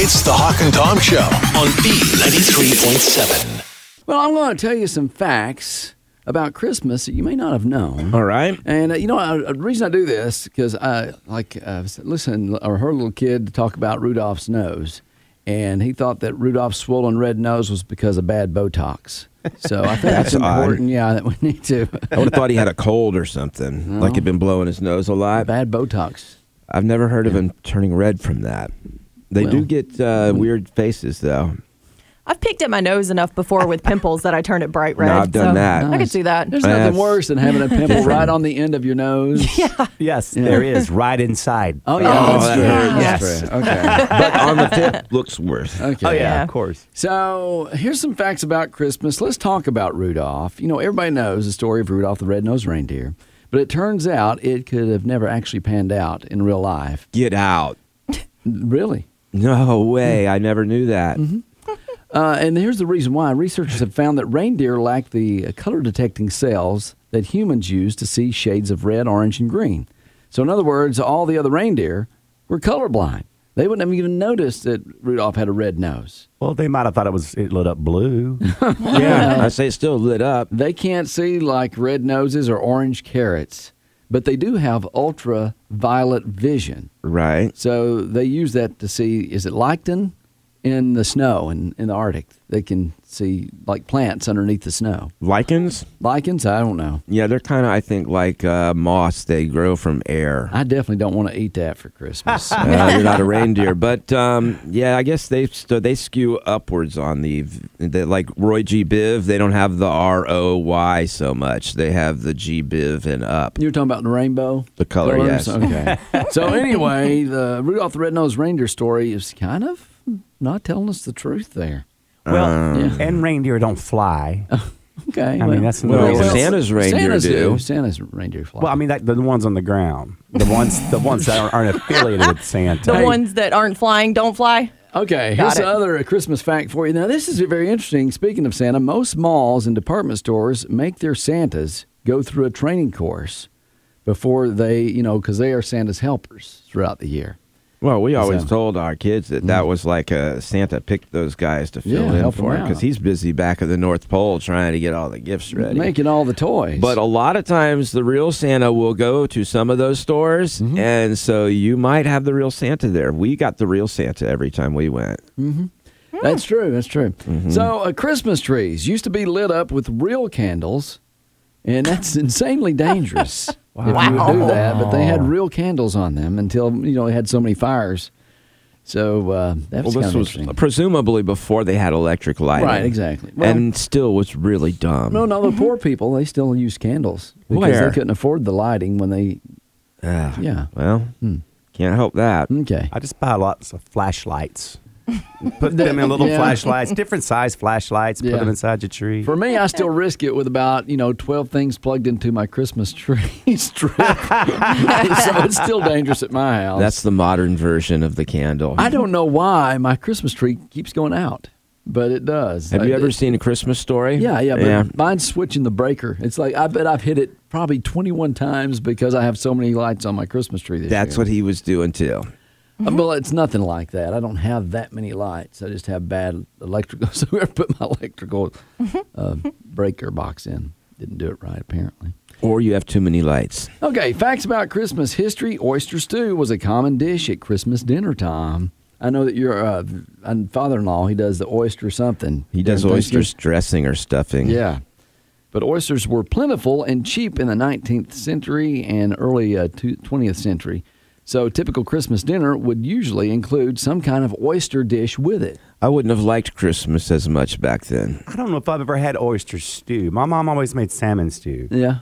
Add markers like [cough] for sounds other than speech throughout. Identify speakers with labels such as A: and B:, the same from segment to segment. A: It's the Hawk and Tom Show on B93.7.
B: Well, I'm going to tell you some facts about Christmas that you may not have known.
C: All right.
B: And uh, you know, uh, the reason I do this because I like uh, listen or heard a little kid talk about Rudolph's nose, and he thought that Rudolph's swollen red nose was because of bad Botox. So I think that's,
C: That's odd.
B: important. Yeah, that we need to
C: I would have thought he had a cold or something, like he'd been blowing his nose a lot.
B: bad Botox.
C: I've never heard of him turning red from that. They
B: Well.
C: do get uh, weird faces, though.
D: I've picked at my nose enough before with pimples that I turn it bright red.
C: I've done
D: so
C: that.
D: I could see that.
B: There's nothing
C: That's
B: worse than having a pimple right on the end of your
D: [laughs]
B: nose. Yeah.
E: Yes, there is right inside.
B: [laughs] Oh yeah.
C: Oh,
B: that's
C: that
B: true.
C: hurts.
B: That's
E: Yes.
B: true. Okay.
C: But on the tip looks worse.
B: [laughs] Okay.
E: Oh yeah,
D: Yeah.
E: of course.
B: So here's some facts about Christmas. Let's talk about Rudolph. You know, everybody knows the story of Rudolph the Red-Nosed Reindeer, but it turns out it could have never actually panned out in real life.
C: Get out.
B: Really?
C: No way. I never knew that.
B: Uh, and here's the reason why. Researchers have found that reindeer lack the color detecting cells that humans use to see shades of red, orange, and green. So, in other words, all the other reindeer were colorblind. They wouldn't have even noticed that Rudolph had a red nose.
E: Well, they might have thought it was it lit up blue.
C: Yeah. I say it's still lit up.
B: They can't see like red noses or orange carrots, but they do have ultraviolet vision.
C: Right.
B: So they use that to see is it lichen in the snow in, in the Arctic? They can see like plants underneath the snow.
C: Lichens?
B: Lichens? I don't know.
C: Yeah, they're kind of, I think, like uh, moss. They grow from air.
B: I definitely don't want to eat that for
E: [laughs]
B: Christmas.
C: Uh, you're not a reindeer, but um, yeah, I guess they so they skew upwards on the, v- the like Roy G. Biv. They don't have the R O Y so much. They have the G. Biv and up.
B: You're talking about the rainbow?
C: The color,
B: Colors?
C: yes.
B: Okay.
E: [laughs]
B: so anyway, the Rudolph the Red-Nosed Reindeer story is kind of not telling us the truth there.
E: [laughs] Well,
B: Yeah.
E: and reindeer
B: [laughs]
E: don't fly.
B: Okay.
E: I mean, that's another
C: Well,
E: reason.
C: Santa's reindeer
B: Santa's
C: do.
B: Santa's reindeer fly.
E: Well, I mean that, the ones on the ground, the ones the ones that aren't, aren't affiliated [laughs] with Santa.
D: The ones that aren't flying don't fly.
B: Okay,
D: Got
B: here's
D: it.
B: another Christmas fact for you. Now, this is very interesting. Speaking of Santa, most malls and department stores make their Santas go through a training course before they, you know, because they are Santa's helpers throughout the year.
C: Well, we always
B: So-
C: told our kids that that was like uh Santa picked those guys to fill
B: Yeah,
C: in
B: help
C: for
B: them
C: him because
B: out.
C: he's busy back at the North Pole trying to get all the gifts ready.
B: Making all the toys.
C: But a lot of times, the real Santa will go to some of those stores,
B: Mm-hmm.
C: and so you might have the real Santa there. We got the real Santa every time we went.
B: that's true. That's true.
C: Mm-hmm.
B: So, uh, Christmas trees used to be lit up with real candles, and that's [laughs] insanely
C: [laughs]
B: dangerous if you would do that. But they had real candles on them until, you know, they had so many fires. So, uh, that was
C: Well,
B: kind of
C: this was
B: interesting.
C: presumably before they had electric lighting.
B: Right, exactly. Well-
C: and still was really dumb.
B: No, no, the
C: [laughs]
B: poor people they still use candles because
C: Where?
B: they couldn't afford the lighting when they.
C: Ah,
B: Yeah.
C: Well,
B: Hmm.
C: can't help that.
B: Okay.
E: I just buy lots
B: [laughs]
E: of flashlights. Put them in little
B: Yeah.
E: flashlights, different size flashlights.
B: Yeah.
E: Put them inside your tree.
B: For me, I still risk it with about you know twelve things plugged into my Christmas [laughs] tree strip, [laughs] so it's still dangerous at my house.
C: That's the modern version of the candle.
B: I don't know why my Christmas tree keeps going out, but it does.
C: have you
B: I-
C: ever seen a Christmas story?
B: Yeah, yeah, but mine's switching the breaker. It's like I bet I've hit it probably twenty-one times because I have so many lights on my Christmas tree. This
C: That's
B: year.
C: what he was doing too.
B: Uh, Well, it's nothing like that. I don't have that many lights. I just have bad electrical. [laughs] So I put my electrical uh, breaker box in. Didn't do it right, apparently.
C: Or you have too many lights.
B: Okay, facts about Christmas history. Oyster stew was a common dish at Christmas dinner time. I know that your uh, father-in-law he does the oyster something.
C: He does
B: during
C: oysters dressing or stuffing.
B: yeah. But oysters were plentiful and cheap in the 19th century and early uh, two- 20th century. So typical Christmas dinner would usually include some kind of oyster dish with it.
C: I wouldn't have liked Christmas as much back then.
E: I don't know if I've ever had oyster stew. My mom always made salmon stew.
B: Yeah.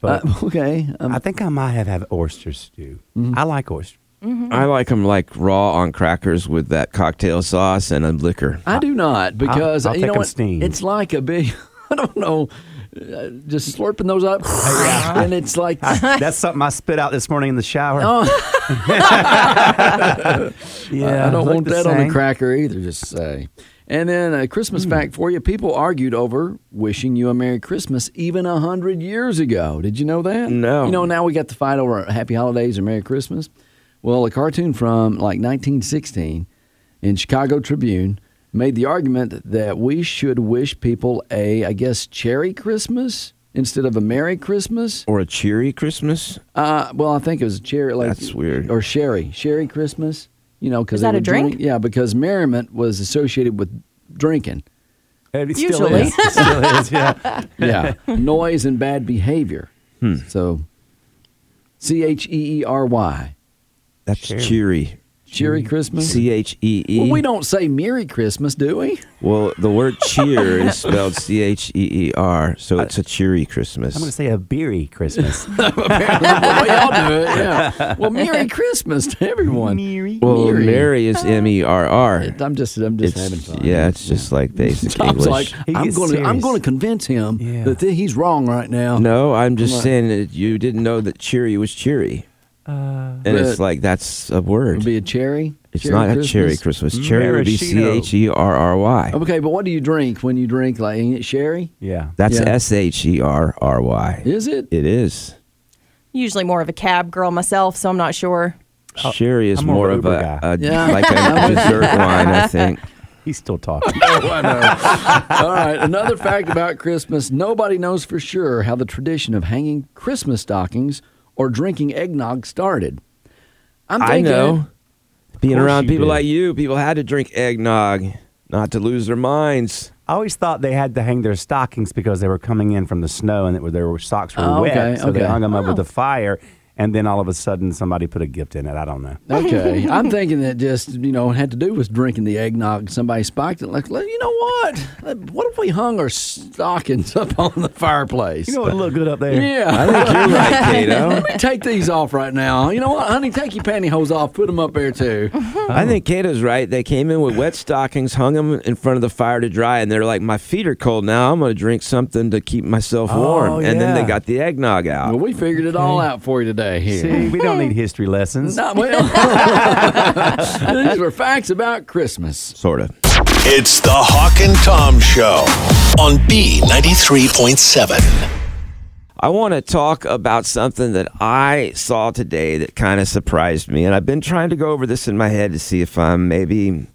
E: But-
B: Uh, [laughs] okay. Um,
E: I think I might have had oyster stew.
B: Mm-hmm.
E: I like oyster.
C: I like them like raw on crackers with that cocktail sauce and a liquor.
B: I do not because
E: I'll
B: you
E: take
B: know
E: 'em
B: what?
E: steamed.
B: It's like a big [laughs] I don't know uh, just slurping those
E: [laughs]
B: up and it's like [laughs]
E: That's something I spit out this morning in the shower. [laughs]
B: oh,
E: yeah,
B: I don't
E: look
B: want
E: the
B: that on
E: same.
B: a cracker either just say. And then a Christmas
E: Hmm.
B: fact for you. People argued over wishing you a Merry Christmas even a hundred years ago. Did you know that?
C: No.
B: You know, now we got the fight over Happy Holidays or Merry Christmas. Well, a cartoon from like 1916 in Chicago Tribune made the argument that we should wish people a, I guess, cherry Christmas instead of a Merry Christmas.
C: Or a cheery Christmas?
B: Uh, well, I think it was cherry. Like,
C: That's weird.
B: Or sherry, sherry Christmas. You know, because
D: Is that a drink?
B: yeah, because merriment was associated with
C: [laughs]
B: drinking.
E: It still
D: Usually.
E: is.
B: [laughs]
E: It still is, yeah.
B: Yeah, noise and bad behavior.
C: Hmm.
B: So, C H E E R Y,
C: That's cheery.
B: cheery Christmas.
C: E C H E E.
B: well, we don't say Merry Christmas, do
C: [laughs]
B: we?
C: Well,
B: [laughs]
C: the word cheer is spelled C H E E R, so
B: Uh,
C: it's a cheery Christmas.
E: I'm going to say a
B: [laughs]
E: beery Christmas.
B: well, y'all do it. Yeah. Well, Merry Christmas to everyone. Merry.
C: well, Mary is M E R R.
B: I'm just, I'm just having
C: It's-
B: fun.
C: Yeah, it's just like basic
B: [laughs] Tom's
C: English.
B: like,
E: He
B: I'm
E: gets
B: going to, I'm
E: serious.
B: going to convince him
E: Yeah.
B: that th- he's wrong right now.
C: no, I'm just
B: Right.
C: saying that you didn't know that cheery was cheery. and
B: Uh, But-
C: it's like that's a word.
B: It'll be a cherry.
C: it's
B: cherry
C: not a
B: Christmas.
C: cherry Christmas. Cherry would be C
E: Maraschino.
C: H E R R Y.
B: Okay, but what do you drink when you drink? Like, ain't it sherry?
E: yeah.
C: That's
B: Yeah.
C: S H E R R Y.
B: Is it?
C: It is.
D: Usually more of a cab girl myself, so I'm not sure.
C: Sherry is
E: I'm a
C: more of
E: Uber
C: a,
E: guy.
C: a
B: Yeah.
E: [laughs]
C: like a dessert wine, I think.
E: He's still
B: [laughs]
E: talking.
B: All right, another fact about Christmas nobody knows for sure how the tradition of hanging Christmas stockings or drinking eggnog started. I'm
C: I
B: thinking,
C: know. Being
E: course
C: around
E: you
C: people
E: do.
C: like you, people had to drink eggnog not to lose their
E: [laughs]
C: minds.
E: I always thought they had to hang their stockings because they were coming in from the snow and it, were- their socks were
B: Oh,
E: wet.
B: okay,
E: so they
B: okay. Oh.
E: hung them up with the fire. And then all of a sudden, somebody put a gift in it. I don't know.
C: [laughs]
B: Okay, I'm thinking that just you know had to do with drinking the eggnog. Somebody spiked it. Like, "Well, you know what? What if we hung our stockings [laughs] up on the fireplace?
E: You know what looked good up there?
B: yeah.
C: I think you're right, Kato.
B: Let me take these off right now. You know what, honey? Take your pantyhose off. Put them up there too.
E: Oh.
C: I think Kato's right. They came in with wet stockings, hung them in front of the fire to dry, and they're like, "My feet are cold now. I'm going to drink something to keep myself
E: Oh,
C: warm." And then they
E: yeah.
C: got the eggnog out.
B: Well, we figured it all out for you today here.
E: See, we don't need history lessons.
B: Not well. [laughs] These were facts about Christmas.
C: Sort of.
A: It's the Hawk and Tom Show on B93.7.
C: I want to talk about something that I saw today that kind of surprised me. And I've been trying to go over this in my head to see if I'm maybe,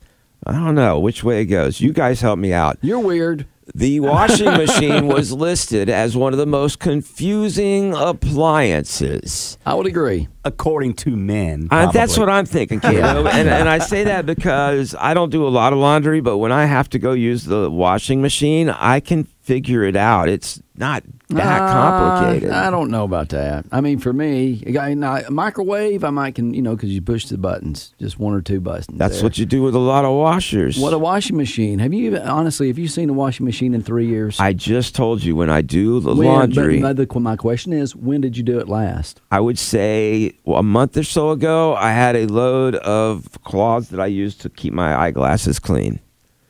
C: I don't know which way it goes. You guys help me out.
B: You're weird. [laughs]
C: The washing machine was listed as one of the most confusing appliances.
B: I would agree.
E: According to men.
C: Uh, that's what
E: probably.
B: [laughs]
C: I'm thinking, Kato. and, and I say that because I don't do a lot of laundry, but when I have to go use the washing machine, I can figure it out. It's not that complicated.
B: Uh, I don't know about that. I mean, for me, a guy- now, a microwave, I might can you know because you push the buttons, just one or two buttons.
C: That's
B: there.
C: what you do with a lot of washers.
B: What a washing machine! Have you even, honestly? Have you seen a washing machine in three years?
C: I just told you when I do the
B: When- but
C: laundry,
B: my- the- my question is, when did you do it last?
C: I would say well, a month or so ago, I had a load of cloths that I used to keep my eyeglasses clean.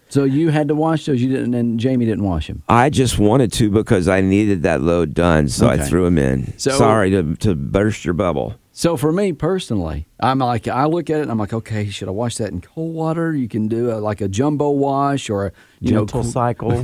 B: So you had to wash those. You didn't, and Jamie didn't wash them.
C: I just wanted to because I needed that load done, so I
B: Okay.
C: threw them in.
B: So-
C: Sorry to, to burst your bubble.
B: So for me personally, I'm like I look at it and I'm like, okay, should I wash that in cold water? You can do a, like a jumbo wash or a you
E: Gentle
B: know, qu-
E: cycle.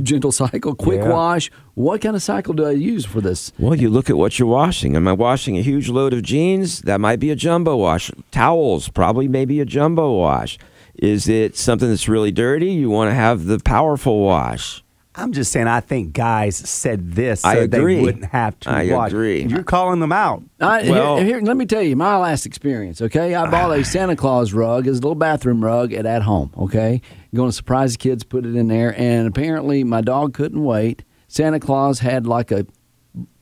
B: [laughs] gentle cycle, quick
E: Yeah.
B: wash. What kind of cycle do I use for this?
C: Well, you look at what you're washing. Am I washing a huge load of jeans? That might be a jumbo wash. Towels, probably maybe a jumbo wash. Is it something that's really dirty? You want to have the powerful wash.
E: I'm just saying, I think guys said this so
C: I agree.
E: they wouldn't have to
C: I
E: watch.
C: agree.
E: You're calling them out.
B: I,
C: Well- Ah.
B: here, here, let me tell you my last experience. Okay, I bought a Santa Claus rug, it's a little bathroom rug at at home. Okay, going to surprise the kids, put it in there, and apparently my dog couldn't wait. Santa Claus had like a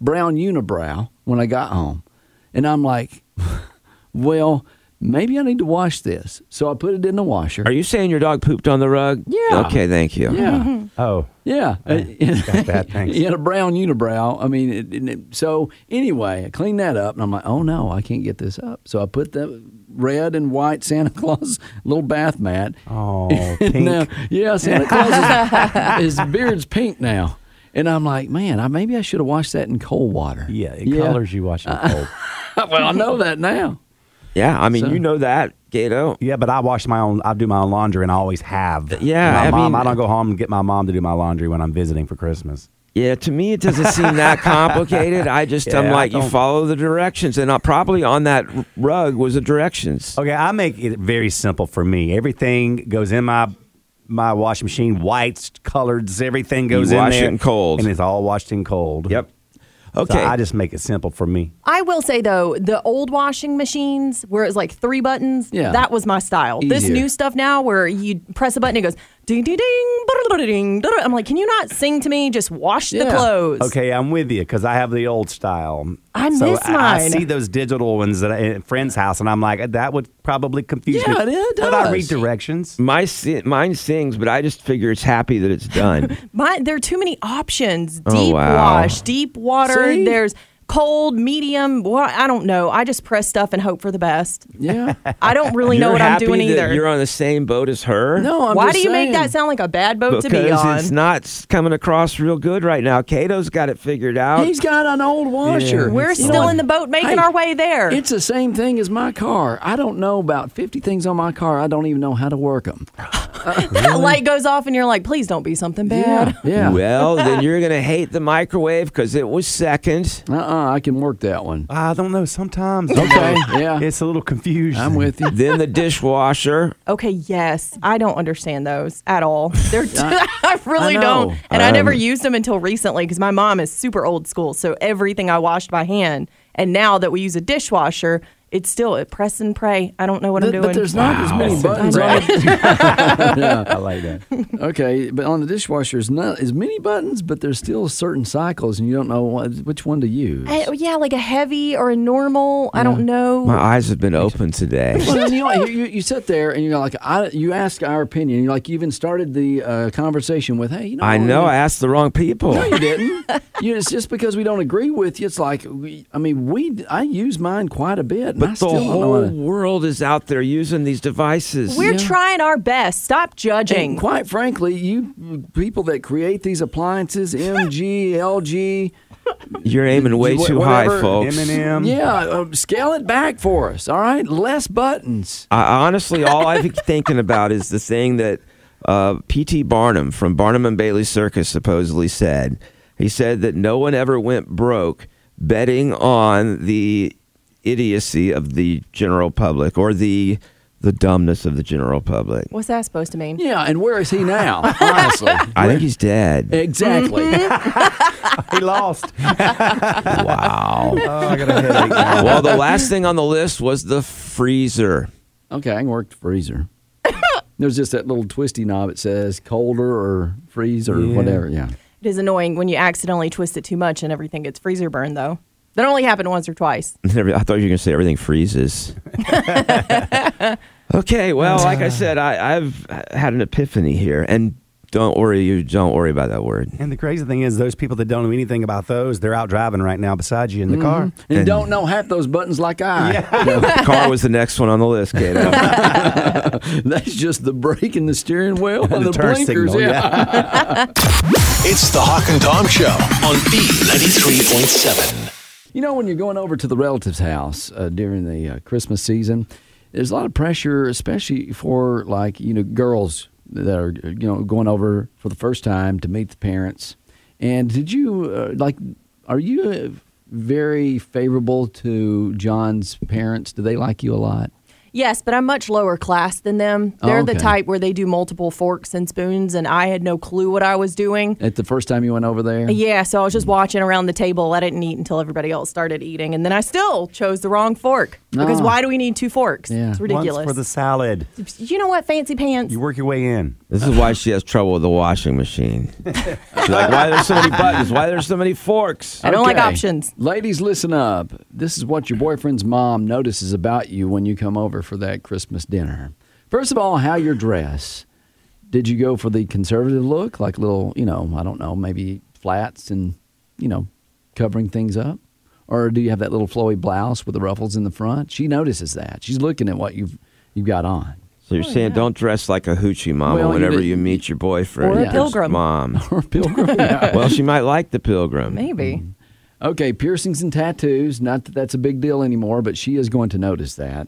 B: brown unibrow when I got home, and I'm like, [laughs] well, maybe I need to wash this. So I put it in the washer.
C: Are you saying your dog pooped on the rug?
B: Yeah.
C: Okay, thank you.
B: yeah,
E: Oh,
B: yeah. Uh, [laughs]
E: got that. Thanks.
B: He had a brown unibrow. I mean, it, it- it- so anyway, I cleaned that up, and I'm like, oh no, I can't get this up. So I put the red and white Santa [laughs] Claus little bath mat.
C: [laughs]
E: Oh,
B: [laughs]
E: pink.
B: Now, yeah, Santa Claus is, [laughs] his beard's pink now, and I'm like, man, I, maybe I should have washed that in cold water.
E: Yeah, Uh. it colors you washing cold.
B: [laughs] well, I know that
E: [laughs]
B: now.
C: Yeah, I mean,
B: So-
C: you know that, Gato.
E: Yeah, but I wash my own. I do my own laundry, and I always have.
C: Yeah,
E: my
C: I
E: mom.
C: mean-
E: I don't go home and get my mom to do my laundry when I'm visiting for Christmas.
C: Yeah, to me it doesn't seem that complicated. I just I'm
E: Yeah, I
C: like you
E: don't-
C: follow the directions, and uh, probably on that r- rug was the directions.
E: Okay, I make it very simple for me. Everything goes in my my washing machine, whites, coloreds, everything goes in
C: wash
E: there.
C: it in cold.
E: And it's all washed in cold.
C: Yep.
E: So
C: Okay.
E: I just make it simple for me.
D: I will say though, the old washing machines where it was like three buttons,
B: Yeah.
D: that was my style. This
B: Easier.
D: new stuff now where you press a button, it goes ding ding ding, ding ding. I'm like, can you not sing to me? Just wash the
B: Yeah.
D: clothes.
E: Okay, I'm with you because I have the old style.
D: I
E: so
D: miss
E: I, I
D: mine.
E: see those digital ones that I, at a friend's house, and I'm like, that would probably confuse
B: Yeah,
E: me.
B: it
E: But I
B: does.
E: read directions.
C: My si- mine sings, but I just figure it's happy that it's done.
D: My, there are too many options. Deep
C: Oh, wow.
D: wash, deep water.
B: See?
D: There's cold, medium. Well, I don't know. I just press stuff and hope for the best.
B: Yeah.
D: I don't really
C: [laughs]
D: know
C: You're
D: what I'm
C: happy
D: doing
C: that
D: either.
C: You're on the same boat as her.
B: No, I'm
D: Why
B: just
D: do you make
B: saying.
D: that sound like a bad boat to be on?
C: because it's not s- coming across real good right now. Cato's got it figured out.
B: He's got an old washer.
E: Yeah.
D: We're
B: You know
D: still
B: what?
D: in the boat making
B: Hey,
D: our way there.
B: It's the same thing as my car. I don't know about 50 things on my car. I don't even know how to work them.
D: [laughs] that light goes off and you're like, please don't be something bad.
B: Yeah. yeah.
C: Well, then you're gonna hate the microwave because it was second.
B: Uh-uh, I can work that one.
E: I don't know. Sometimes
B: Okay, yeah.
E: it's a little confusing. [laughs]
B: I'm
D: [laughs]
B: with you.
C: then the dishwasher.
D: Okay, yes. I don't understand those at all. They're t- [laughs] I really
B: I know.
D: don't. And I never used them until recently because my mom is super old school. So everything I washed by hand. And now that we use a dishwasher, it's still a press and pray. I don't know what I'm
B: But,
D: doing.
B: but there's not as many buttons on
E: Brad.
B: it. [laughs]
E: I like that.
B: Okay, but on the dishwasher, there's not as many buttons, but there's still certain cycles, and you don't know what, which one to use.
D: I- Eh, oh, yeah, like a heavy or a normal. I don't know.
C: My eyes have been open today.
B: well, then you, know, you, you you sit there and you're like, I, you ask our opinion. You like you even started the uh, conversation with, hey, you know,
C: I
B: what?
C: know I asked the wrong people. [laughs]
B: No, you didn't. you, it's just because we don't agree with you. It's like, we, I mean, we I use mine quite a bit, and I
C: But the
B: still don't know
C: whole
B: how to-
C: world is out there using these devices.
D: We're
B: Yeah.
D: trying our best. Stop judging.
B: And quite frankly, you people that create these appliances, MG, LG,
C: You're aiming way
B: Wh-
C: too high,
B: whatever,
C: folks.
E: Eminem.
B: yeah, uh, scale it back for us. All right, less buttons.
C: I, I honestly, all I've been [laughs] thinking about is the thing that uh, P.T. Barnum from Barnum and Bailey Circus supposedly said. He said that no one ever went broke betting on the idiocy of the general public or the the dumbness of the general public.
D: What's that supposed to mean?
B: Yeah, and where is he now?
C: [laughs]
B: Honestly,
C: I think he's dead.
B: exactly.
E: He lost. [laughs]
C: Wow.
E: Oh, I got a headache. now.
C: well, the last thing on the list was the freezer. [laughs]
B: Okay, I can work the freezer. There's just that little twisty knob that says colder or freeze or
E: Yeah.
B: whatever. Yeah.
D: It is annoying when you accidentally twist it too much and everything gets freezer burn, though. That only happened once or twice.
C: Every- I thought you were going to say everything freezes. [laughs] okay, well, like I said, I, I've had an epiphany here, and don't worry, you don't worry about that
D: [laughs]
C: word.
E: And the crazy thing is, those people that don't know anything about those, they're out driving right now beside you in the car.
B: Mm-hmm. And,
C: And-
B: don't know half those buttons like I.
C: Car was the next one on the list,
D: [laughs]
C: Kato.
B: [laughs] That's just the brake and the steering wheel and, the,
E: turn
B: blinkers.
E: signal,
B: yeah.
E: yeah.
A: It's the Hawk and Tom Show on B93.7.
B: [laughs] You know, when you're going over to the relative's house uh, during the uh, Christmas season, there's a lot of pressure, especially for like you know girls that are you know going over for the first time to meet the parents. And did you uh, like? Are you uh, very favorable to John's parents? Do they like you a lot?
D: Yes, but I'm much lower class than them.
E: Oh,
D: They're the
B: okay.
D: type where they do multiple forks and spoons, and I had no clue what I was doing.
B: At the first time you went over there,
D: Yeah, so I was just watching around the table. I didn't eat until everybody else started eating, and then I still chose the wrong fork because
B: Ah.
D: why do we need two forks?
B: Yeah.
D: It's
E: Once
D: ridiculous.
E: for the salad.
D: you know what, fancy pants?
E: You work your way in.
C: This is why she has trouble with the washing machine. She's like, why are there so many buttons? Why are there so many forks?
D: I don't like options.
B: Ladies, listen up. This is what your boyfriend's mom notices about you when you come over for that Christmas dinner. First of all, how your dress. Did you go for the conservative look, like little, you know, I don't know, maybe flats and, you know, covering things up? Or do you have that little flowy blouse with the ruffles in the front? She notices that. She's looking at what you've you've got on. [laughs]
C: So
D: Oh,
C: you're saying don't dress like a hoochie mama
B: Well, you
C: whenever
B: did-
C: you meet your boyfriend
D: Or a
C: That's
D: pilgrim. [laughs]
C: mom.
B: Or pilgrim. Yeah.
C: Well, she might like the pilgrim.
D: Maybe.
E: Mm.
B: Okay, piercings and tattoos. Not that that's a big deal anymore, but she is going to notice that.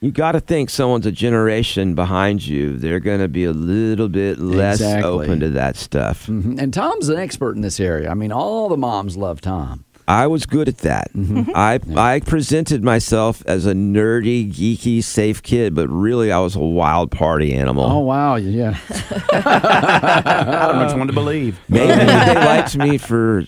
C: You got to think someone's a generation behind you. They're going to be a little bit less
B: Exactly.
C: open to that stuff.
B: Mhm. And Tom's an expert in this area. I mean, all the moms love Tom.
C: I was good at that.
B: Mm-hmm.
C: I I presented myself as a nerdy, geeky, safe kid, but really I was a wild party animal.
B: Oh wow, yeah.
E: I don't know
B: Uh,
E: which one to believe.
B: [laughs]
C: Maybe they liked me for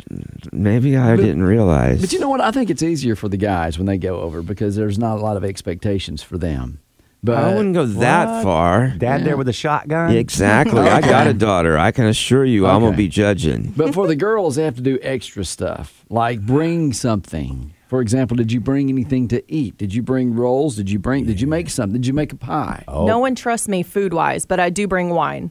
C: maybe I didn't realize.
B: But you know what? I think it's easier for the guys when they go over because there's not a lot of expectations for them. But
C: I wouldn't go that
E: What?
C: far.
E: Dad there with a shotgun.
B: [laughs]
C: Exactly. I got a daughter. I can assure you I'm going
B: Okay.
C: to be judging.
B: But for the girls, they have to do extra stuff, like bring something. For example, did you bring anything to eat? Did you bring rolls? Did you bring? Did you make something? Did you make a pie?
E: Oh.
D: No one trusts me food wise, but I do bring wine.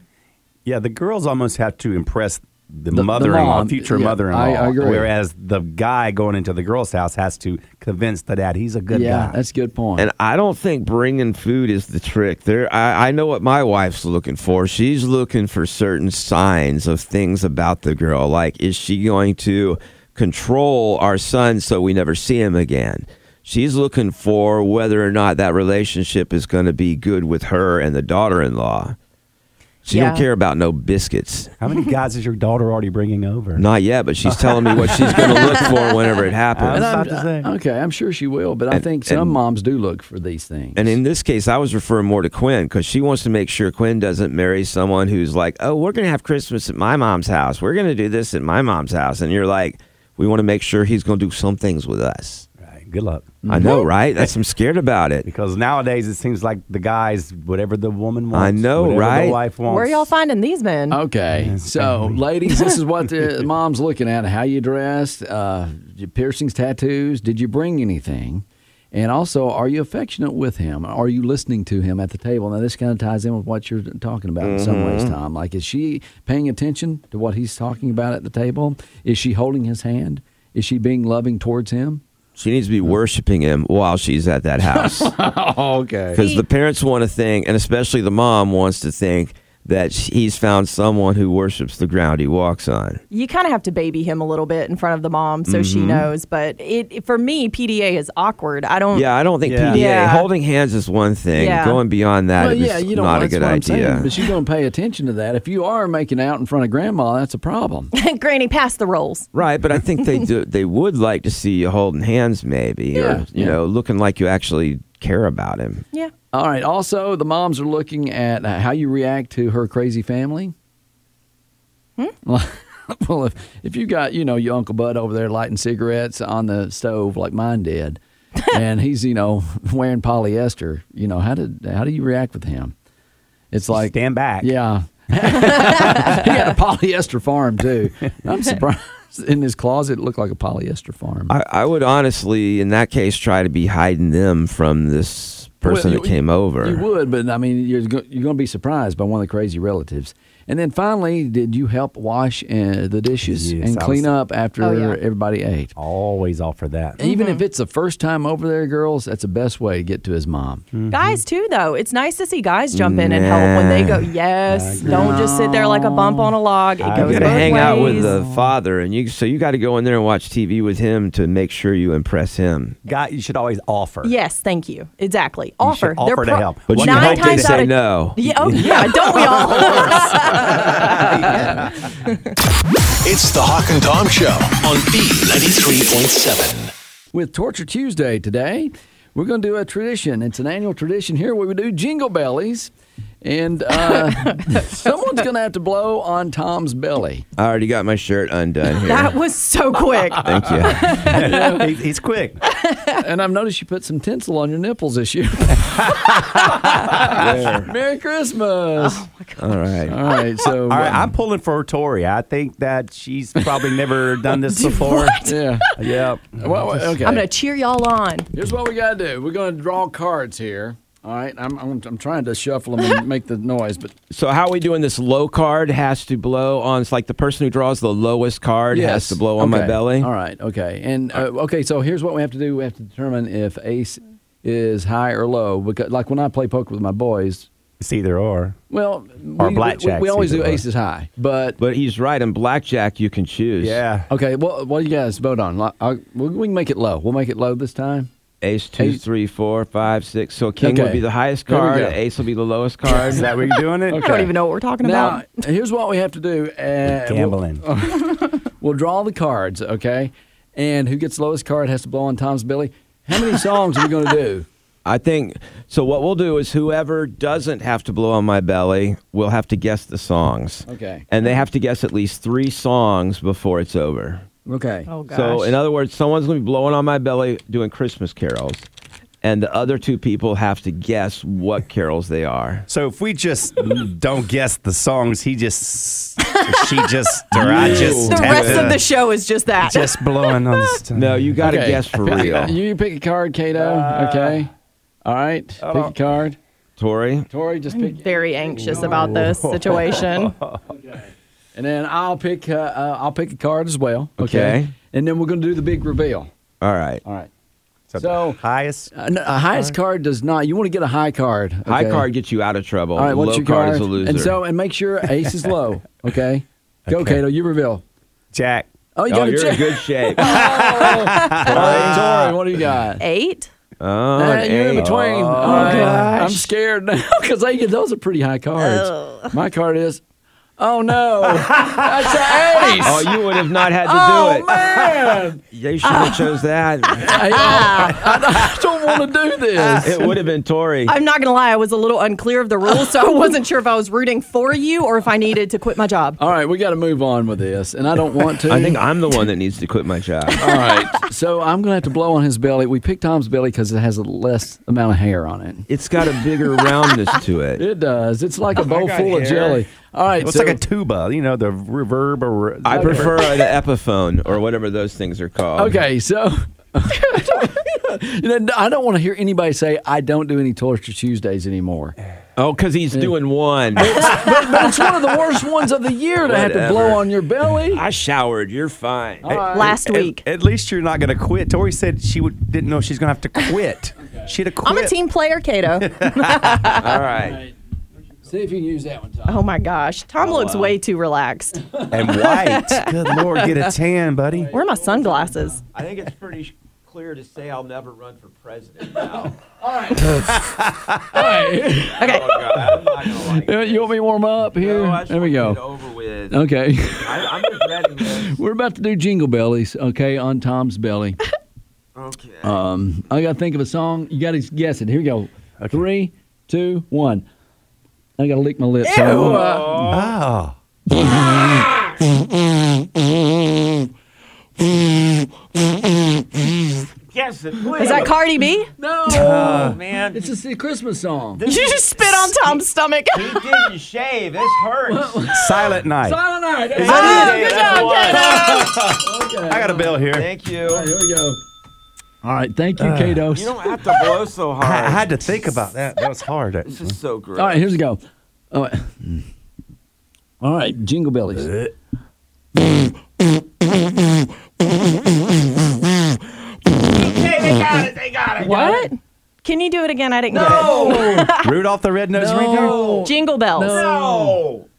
E: Yeah, the girls almost have to impress the,
B: the
E: mother-in-law,
B: mom.
E: future
B: Yeah,
E: mother-in-law.
B: I- I agree.
E: Whereas the guy going into the girl's house has to convince the dad he's a good
B: yeah,
E: guy.
B: that's a good point.
C: And I don't think bringing food is the trick. There, I, I know what my wife's looking for. She's looking for certain signs of things about the girl. Like, is she going to control our son so we never see him again? She's looking for whether or not that relationship is going to be good with her and the daughter-in-law. She don't
D: Yeah.
C: care about no biscuits.
B: [laughs]
E: How many guys is your daughter already bringing over?
C: Not yet, but she's telling me what she's going to look for whenever it happens.
E: I was about to say.
B: okay, I'm sure she will, but I
C: And-
B: think some
C: and-
B: moms do look for these things.
C: And in this case, I was referring more to Quinn because she wants to make sure Quinn doesn't marry someone who's like, oh, we're going to have Christmas at my mom's house. We're going to do this at my mom's house. And you're like, we want to make sure he's going to do some things with us.
E: Right, good luck.
C: I know, right? That's I'm scared about it.
E: Because nowadays it seems like the guys, whatever the woman wants,
C: I know,
E: whatever
C: right?
E: The wife wants. Oh.
D: Where are y'all finding these
C: [laughs]
D: men?
B: Okay, so ladies, this is what the mom's looking at: how you dressed, uh, your piercings, tattoos. Did you bring anything? And also, are you affectionate with him? Are you listening to him at the table? Now, this kind of ties in with what you're talking about in some ways,
C: Mm-hmm.
B: Tom. Like, is she paying attention to what he's talking about at the table? Is she holding his hand? Is she being loving towards him?
C: She needs to be worshiping him while she's at that house.
B: Oh, okay.
C: Because the parents want to think, and especially the mom wants to think, that he's found someone who worships the ground he walks on.
D: You kind of have to baby him a little bit in front of the mom so
E: Mm-hmm.
D: she knows. But it for me, PDA is awkward. I don't.
C: Yeah, I don't think
E: Yeah.
C: PDA
D: Yeah.
C: holding hands is one thing.
D: Yeah.
C: Going beyond that
B: Well,
C: is
B: yeah, you don't.
C: not a
B: that's
C: good
B: what I'm
C: idea.
B: Saying, but you're going to pay attention to that. If you are making out in front of grandma, that's a problem.
D: [laughs] Granny, pass the rolls.
C: Right, but I think
B: [laughs]
C: they do, they would like to see you holding hands, maybe,
B: Yeah,
C: or you
B: yeah.
C: know, looking like you actually care about him.
D: Yeah.
B: All right. Also, the moms are looking at uh, how you react to her crazy family. well, [laughs] if if you got you know your Uncle Bud over there lighting cigarettes on the stove like mine did, and he's you know wearing polyester, you know how did how do you react with him? It's like
E: stand back.
B: Yeah, he had a polyester farm too. I'm surprised in his closet it looked like a polyester farm.
C: I, I would honestly, in that case, try to be hiding them from this person
B: Well,
C: that
B: you-
C: came over.
B: You would, but I mean, you're go- you're going to be surprised by one of the crazy relatives. And then finally, did you help wash uh, the dishes
E: Yes,
B: and
E: I
B: clean
E: was-
B: up after
D: Oh, yeah. Mm-hmm.
B: everybody ate?
E: Always offer that.
B: Even if it's the first time over there, girls, that's the best way to get to his mom.
C: Hmm.
E: Mm-hmm.
D: Guys too, though. It's nice to see guys jump in and help when they go. Yes, don't just sit there like a bump on a log. It
E: I
C: You
D: goes
E: agree.
C: got
D: both
C: to hang out with
D: ways.
C: the father, and you so you got to go in there and watch TV with him to make sure you impress him.
E: Guy, you should always offer.
D: Yes, thank you. Exactly.
E: You
D: Offer.
E: should offer to help.
C: But
E: One
C: you
E: time
C: hope they
E: did it.
C: say no.
D: Yeah, oh, yeah, don't we
C: [laughs]
D: all?
A: It's the Hawk and Tom Show on B93.7.
B: With Torture Tuesday today, we're going to do a tradition. It's an annual tradition here where we do jingle bellies. And
D: [laughs]
B: uh, [laughs] someone's going to have to blow on Tom's belly.
C: I already got my shirt undone here.
B: [laughs]
D: that was so quick.
C: Thank you.
E: He- [laughs] he's quick.
B: And I've noticed you put some tinsel on your nipples this year. [laughs] Merry Christmas.
C: All right.
B: Oh. [laughs] All right, so
E: All right,
B: um,
E: I'm pulling for Tori. I think that she's probably never done this
B: [laughs]
E: before.
B: yeah.
E: Yep.
B: Well, okay.
D: I'm gonna cheer y'all on.
B: Here's what we gotta do. We're gonna draw cards here. All right, I'm I'm, I'm trying to shuffle them and make the noise,
C: [laughs]
B: but
C: So how are we doing this low card has to blow on it's like the person who draws the lowest card has to blow on my
B: Okay.
C: belly.
B: All right, okay, and uh, okay. So here's what we have to do. We have to determine if ace is high or low. Because like when I play poker with my boys,
E: It's either or.
B: well,
E: Or
B: we, we,
E: blackjack's
B: we always do
E: either way.
B: aces high, but.
C: But he's right in blackjack you can choose.
E: Yeah.
B: Okay, well, what do you guys vote on? Like, I, we we can make it low. We'll make it low this time.
C: Ace two,
B: Ace-
C: three, four, five, six. So king would
B: Okay.
C: be the highest
B: There we
C: card.
B: go.
C: Ace will be the
B: [laughs]
C: lowest card.
E: Is that where you're doing it?
D: I don't even know what we're talking
B: Now,
D: about.
B: here's what we have to do. Uh, we'll-
E: Gambling.
B: We'll draw the cards, okay? And who gets the lowest card has to blow on Tom's Billy. How many songs are we going to do?
C: I think so. What we'll do is whoever doesn't have to blow on my belly will have to guess the songs.
B: Okay.
C: And they have to guess at least three songs before it's over.
B: Okay.
D: Oh gosh.
C: So, in other words, someone's going to be blowing on my belly doing Christmas carols, and the other two people have to guess what carols they are.
E: So if we just don't guess the songs, he just, she just, [laughs] or I just,
D: the
E: have
D: rest
E: to-
D: of the show is just that.
E: just blowing on this.
B: [laughs]
C: No, you got to
B: Okay.
C: guess for
B: [laughs]
C: real.
B: You pick a card, Kato. okay. All right. Pick a card.
C: Tori,
B: Tori, just
D: I'm
B: pick.
D: [laughs] very anxious about this
E: [laughs]
D: situation.
B: And then I'll pick. Uh, uh, I'll pick a card as well.
C: Okay.
B: And then we're going to do the big reveal.
C: all right.
B: All right.
E: So,
B: So-
E: the highest.
B: Uh, no, a highest card does not. You want to get a high card.
C: High
B: okay?
C: card gets you out of trouble.
B: All right. What's
C: Low
B: your
C: card
B: card?
C: is a loser.
B: And so, and make sure ace is
C: [laughs]
B: low. Okay. Go,
E: Okay.
B: Kato. You reveal.
E: Jack.
B: Oh, you
C: oh,
B: got a
C: you're in
B: check. [laughs]
C: good shape.
B: Tori, what do you got?
D: Eight?
C: Oh, an
B: Hey, you're in
C: eight.
B: between. All right. I'm scared now [laughs] because they get those are pretty high cards. My card is, oh
C: [laughs]
B: no, that's an ace.
C: Oh, you would have not had to do
B: Oh Ah.
C: it.
B: man,
C: Yeah, you should have
B: [laughs]
C: chose that.
B: Hey, I, I don't want to do this.
C: It would have been Tori.
D: I'm not gonna lie, I was a little unclear of the rules, so I wasn't sure if I was rooting for you or if I needed to quit my job.
B: All right, we got to move on with this, and I don't want to.
C: I think I'm the one that needs to quit my
B: [laughs]
C: job.
B: All right, so I'm gonna have to blow on his belly. We picked Tom's belly because it has a less amount of hair on it.
C: It's got a bigger roundness to it.
B: It does. It's like a bowl
E: got
B: full of
E: hair.
B: jelly. All right,
E: It's
B: so,
E: like a tuba, you know, the reverb or.
C: I prefer uh, the Epiphone or whatever those things are called.
B: Okay, so [laughs] You know, I don't want to hear anybody say I don't do any Torture Tuesdays anymore.
C: Oh, because he's doing one.
B: But, but [laughs] it's one of the worst ones of the year to have to blow
C: Whatever.
B: on your belly.
C: I showered. You're fine.
B: Uh,
D: Last week.
E: At, at least you're not going to quit. Tori said she would, didn't know she's going to have to quit. She'd have quit.
D: I'm a team player, Kato.
C: All right.
B: See if you can use that one, Tom.
D: Oh my gosh. Tom looks way too relaxed.
E: And white. Good Lord, get a tan, buddy.
D: Where are my sunglasses?
C: I think it's pretty clear to say I'll never run for president. Now.
D: Okay.
B: Uh, [laughs] You want me to warm up
C: Oh,
B: here? there we go.
C: Over with.
B: Okay, [laughs]
C: I, am regretting this.
B: we're about to do Jingle Bellies. Okay, on Tom's belly.
C: Okay.
B: Um, I gotta think of a song. You gotta guess it. Here we go. Three, two, one. I gotta lick my lips. so I won't-
E: [laughs] Oh.
C: Yes, it
D: Is that Cardi B?
B: No,
C: man.
B: it's just a Christmas song.
D: You just spit on Tom's stomach. [laughs]
C: He didn't shave. This hurts.
E: Silent night.
B: Silent Night.
D: Oh, Good job, Kato.
E: I got a bill here.
C: Thank you.
B: Here we go. All right, thank you, Kato.
C: Uh, You don't have to blow so hard.
E: I, I had to think about that. That was hard.
C: This is so great.
B: All right, here's a go. Oh, wait. all right, Jingle
C: Uh.
B: Bellies.
C: Okay, they got it. They got it.
D: What? Can you do it again? I didn't
E: [laughs] Rudolph the Red-Nosed Oh,
D: get
B: No,
D: it. Jingle bells.
C: No.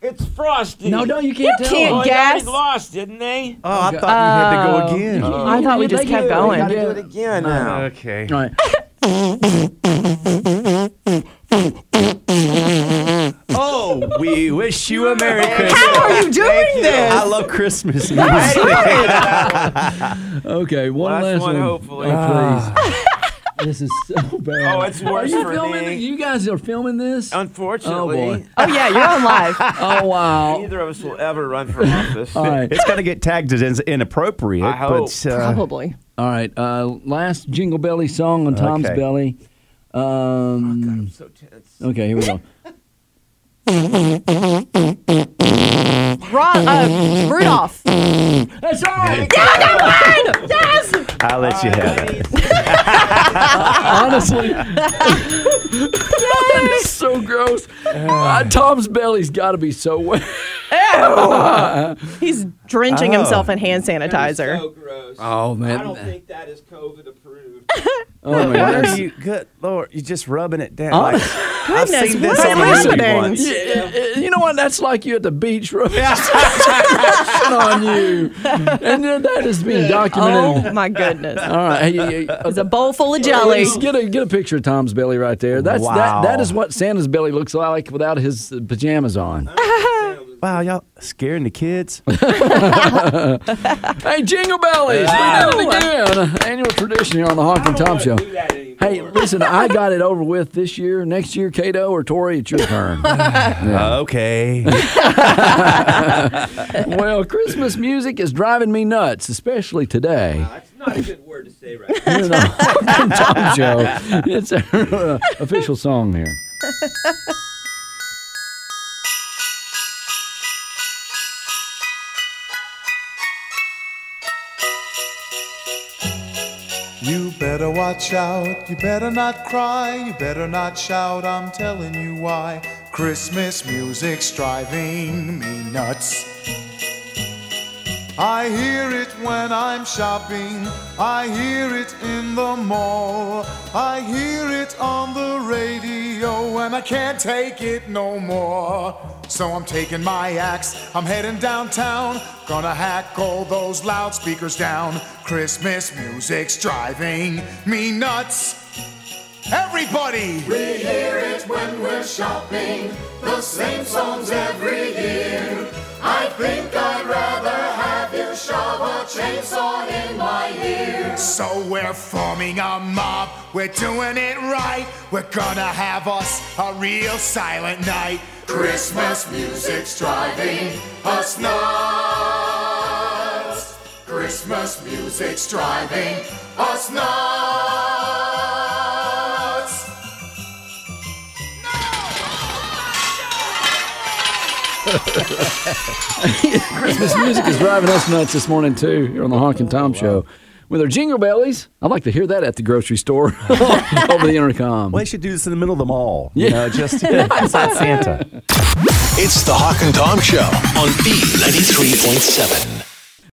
C: It's frosty.
B: no, no, you can't
D: You
B: tell.
D: can't
B: Oh,
D: get- Gas.
C: lost, didn't they?
E: Oh, I thought we had to go again. Oh,
D: I thought we just kept
B: yeah,
D: going.
B: yeah.
C: Do it again now.
E: okay.
B: All right.
E: Oh, we wish you a Merry Christmas.
D: How are you doing this?
E: I love Christmas music.
B: Okay, one last,
C: Last, one, hopefully.
B: please. [laughs] this is so bad.
C: Oh, it's
B: Ah. Are
C: worse
B: you
C: for
B: filming?
C: me.
B: it? You guys are filming this? Oh,
C: [laughs] Unfortunately,
B: boy.
D: Oh yeah, you're on live.
B: Oh wow.
C: neither of us will ever run for office.
B: All
C: [laughs]
B: right,
E: [laughs] It's going to get tagged as inappropriate.
C: I hope.
E: But, [laughs] uh,
D: Probably.
B: all right. Uh, last Jingle Belly song on Tom's
E: Okay.
B: belly. Um,
C: I'm so tense.
B: okay, here we go.
D: Ro- uh, Rudolph.
B: [laughs] That's all right.
E: I'll let you have it.
B: [laughs] [laughs] Honestly, that is so gross. Uh, Tom's belly's got to be so [laughs] wet.
D: He's drenching
E: Oh.
D: himself in hand sanitizer.
C: So gross.
B: Oh man.
C: I don't think that is COVID approved.
B: oh my goodness.
E: you, good Lord, you're just rubbing it down. Like, I've
D: Goodness,
E: seen this
D: what
E: on
D: is
E: the movie
D: happening?
E: [laughs] once.
B: Yeah, uh, you know what? That's like you at the beach rubbing on you. And then that is being documented.
D: Oh my goodness.
B: All right. Hey, hey, hey,
D: It's a bowl full of jelly.
B: Let's Get a get a picture of Tom's belly right there. That's
E: Wow.
B: that. That is what Santa's belly looks like without his uh, pajamas on.
E: Wow, y'all scaring the kids.
B: hey, Jingle Bellies, we did it again. Annual tradition here on the Hawk and Tom Show. Hey, listen, I got it over with this year. Next year, Cato or Tori, it's your
C: [laughs]
B: turn.
E: Okay.
B: [laughs] well, Christmas music is driving me nuts, especially today.
C: That's not a good word to say right
B: [laughs]
C: now.
B: You know, Hawk and Tom Show. It's our uh, [laughs] official song here.
F: You better watch out, you better not cry, you better not shout, I'm telling you why. Christmas music's driving me nuts. I hear it when I'm shopping, I hear it in the mall, I hear it on the radio, and I can't take it no more. So I'm taking my axe, I'm heading downtown, gonna hack all those loudspeakers down. Christmas music's driving me nuts. Everybody! We hear it when we're shopping, the same songs every year. I think I'd rather have you shove a chainsaw in my ear. So we're forming a mob, we're doing it right. We're gonna have us a real silent night. Christmas music's driving us nuts. Christmas music's driving us nuts.
B: Christmas music is driving us nuts this morning too. Here on the Honk and Tom Show, with our jingle bellies. I'd like to hear that at the grocery store [laughs] over the intercom.
E: Well, they should do this in the middle of the mall. You know, just [laughs] beside Santa.
A: It's the Hawk and Tom Show on B93.7.